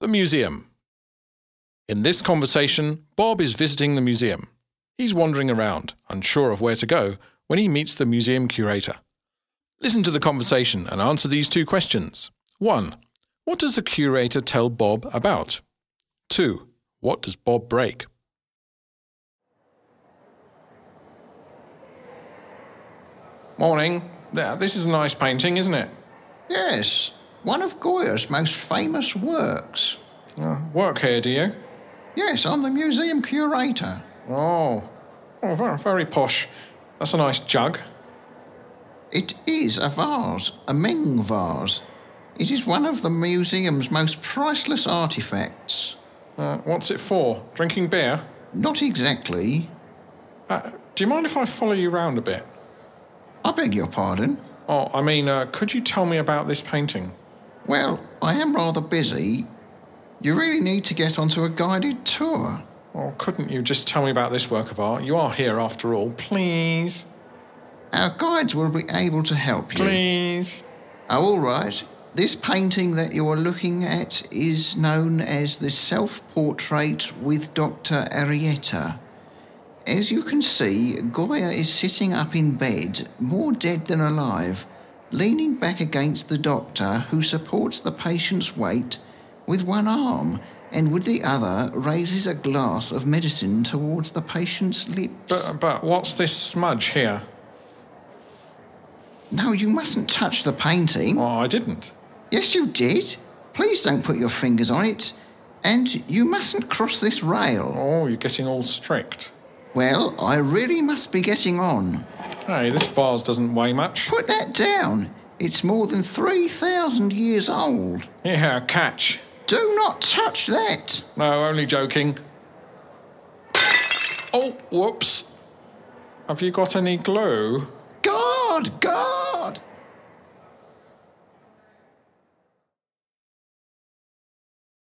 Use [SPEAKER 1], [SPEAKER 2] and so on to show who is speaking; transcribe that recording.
[SPEAKER 1] The museum. In this conversation, Bob is visiting the museum. He's wandering around, unsure of where to go, when he meets the museum curator. Listen to the conversation and answer these two questions. 1. What does the curator tell Bob about? 2. What does Bob break? Morning. Yeah, this is a nice painting, isn't it?
[SPEAKER 2] Yes, one of Goya's most famous works.
[SPEAKER 1] Uh, work here, do you?
[SPEAKER 2] Yes, I'm the museum curator.
[SPEAKER 1] Oh, oh very, very posh. That's a nice jug.
[SPEAKER 2] It is a vase, a Ming vase. It is one of the museum's most priceless artifacts.
[SPEAKER 1] Uh, what's it for? Drinking beer?
[SPEAKER 2] Not exactly.
[SPEAKER 1] Uh, do you mind if I follow you round a bit?
[SPEAKER 2] I beg your pardon.
[SPEAKER 1] Oh, I mean, uh, could you tell me about this painting?
[SPEAKER 2] Well, I am rather busy. You really need to get onto a guided tour.
[SPEAKER 1] Or couldn't you just tell me about this work of art? You are here after all. Please.
[SPEAKER 2] Our guides will be able to help you.
[SPEAKER 1] Please.
[SPEAKER 2] Oh, all right. This painting that you are looking at is known as the self portrait with Dr. Arietta. As you can see, Goya is sitting up in bed, more dead than alive, leaning back against the doctor who supports the patient's weight with one arm and with the other raises a glass of medicine towards the patient's lips.
[SPEAKER 1] But, um, but what's this smudge here?
[SPEAKER 2] No, you mustn't touch the painting.
[SPEAKER 1] Oh, I didn't.
[SPEAKER 2] Yes, you did. Please don't put your fingers on it. And you mustn't cross this rail.
[SPEAKER 1] Oh, you're getting all strict.
[SPEAKER 2] Well, I really must be getting on.
[SPEAKER 1] Hey, this vase doesn't weigh much.
[SPEAKER 2] Put that down. It's more than 3,000 years old.
[SPEAKER 1] Yeah, catch.
[SPEAKER 2] Do not touch that.
[SPEAKER 1] No, only joking. Oh, whoops. Have you got any glue?
[SPEAKER 2] God, God!